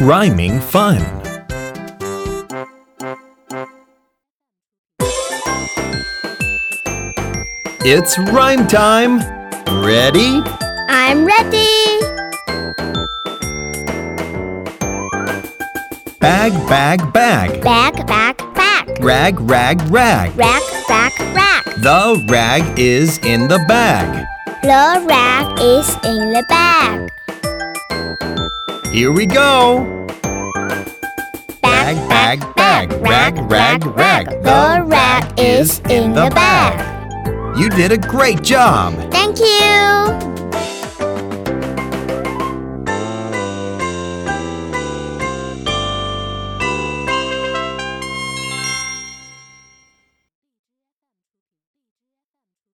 Rhyming fun. It's rhyme time. Ready? I'm ready. Bag, bag, bag. Back, back, back. Rag, rag, rag. Rack, rack, rack. The rag is in the bag. The rack is in the bag. Here we go. Bag, bag, bag. Rag, rag, rag. The rack is in the bag. You did a great job. Thank you.